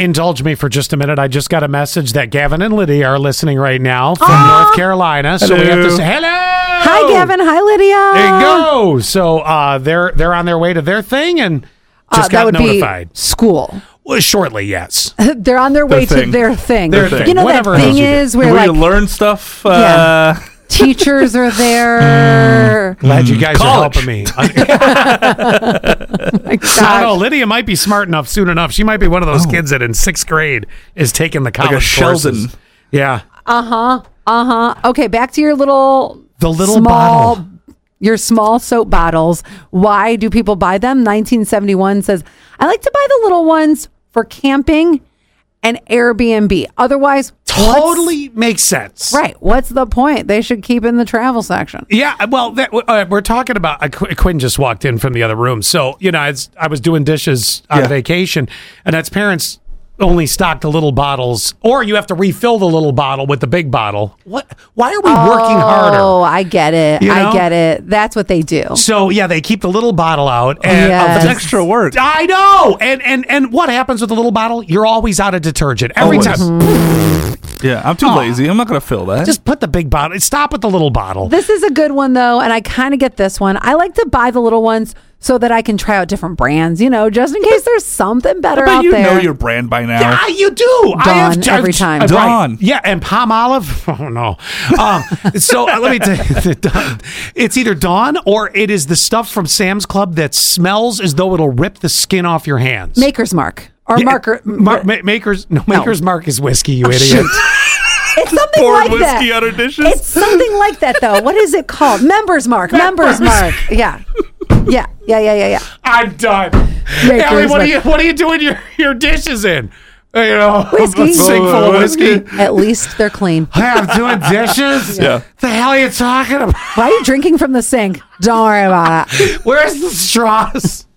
Indulge me for just a minute. I just got a message that Gavin and Lydia are listening right now from Aw. North Carolina. So we have to Hello. say hello. Hi, Gavin. Hi, Lydia. Oh. There you go. So uh, they're they're on their way to their thing and Uh, just that got would notified. be school. Well, shortly, yes. Mm. They're on their way to thing. their thing. Their You thing. know Whatever it that is thing you do. is Where where you like learn stuff. Yeah. Uh, teachers are there. Glad you guys College. are helping me. I My don't know. gosh. Lydia might be smart enough soon enough. She might be one of Oh. those kids that in sixth grade is taking the college Sheldon. courses. Yeah. Uh huh. Okay, back to your little The little small, bottle. your small soap bottles. Why do people buy them? 1971 says, I like to buy the little ones for camping and Airbnb. Otherwise, what's- Totally makes sense. right. What's the point? They should keep in the travel section. Yeah, well, that, uh, we're talking about. Uh, Qu- Quinn just walked in from the other room, so you know, I was, I was doing dishes on Yeah. vacation, and that's parents only stock the little bottles, or you have to refill the little bottle with the big bottle. What? Why are we working Oh, harder? I get it. You know? I get it. That's what they do. So yeah, they keep the little bottle out, and Oh, Yes. It's extra work. I know. And and and what happens with the little bottle? You're always out of detergent every Always. time. Mm-hmm. Yeah, I'm too lazy. I'm not gonna fill that. Just put the big bottle. Stop with the little bottle. This is a good one though, and I kind of get this one. I like to buy the little ones so that I can try out different brands, you know, just in case there's something better but out you there. know your brand by now. Yeah, Ah, you do. I have, Uh, Dawn every time. Right. Dawn. Yeah, and palm olive. Oh no. Um, so uh, let me tell you, Dawn- it's either Dawn or it is the stuff from Sam's Club that smells as though it'll rip the skin off your hands. Maker's Mark or Yeah, Marker. Oh, Ma- ma- makers, no, Maker's Mark is whiskey, you idiot. it's something Pour like whiskey that. on her dishes. It's something like that though. What is it called? Members Mark. Members Mark. Yeah. Yeah. Yeah. Yeah. Yeah. Yeah. I'm done. Maker's Allie, what are Mark. you what are you doing your, your dishes in? Uh, You know, Whiskey. a sink full of whiskey. At least they're clean. Hey, I'm doing dishes. Yeah. The hell are you talking about? Why are you drinking from the sink? Don't worry about it. Where's the straws?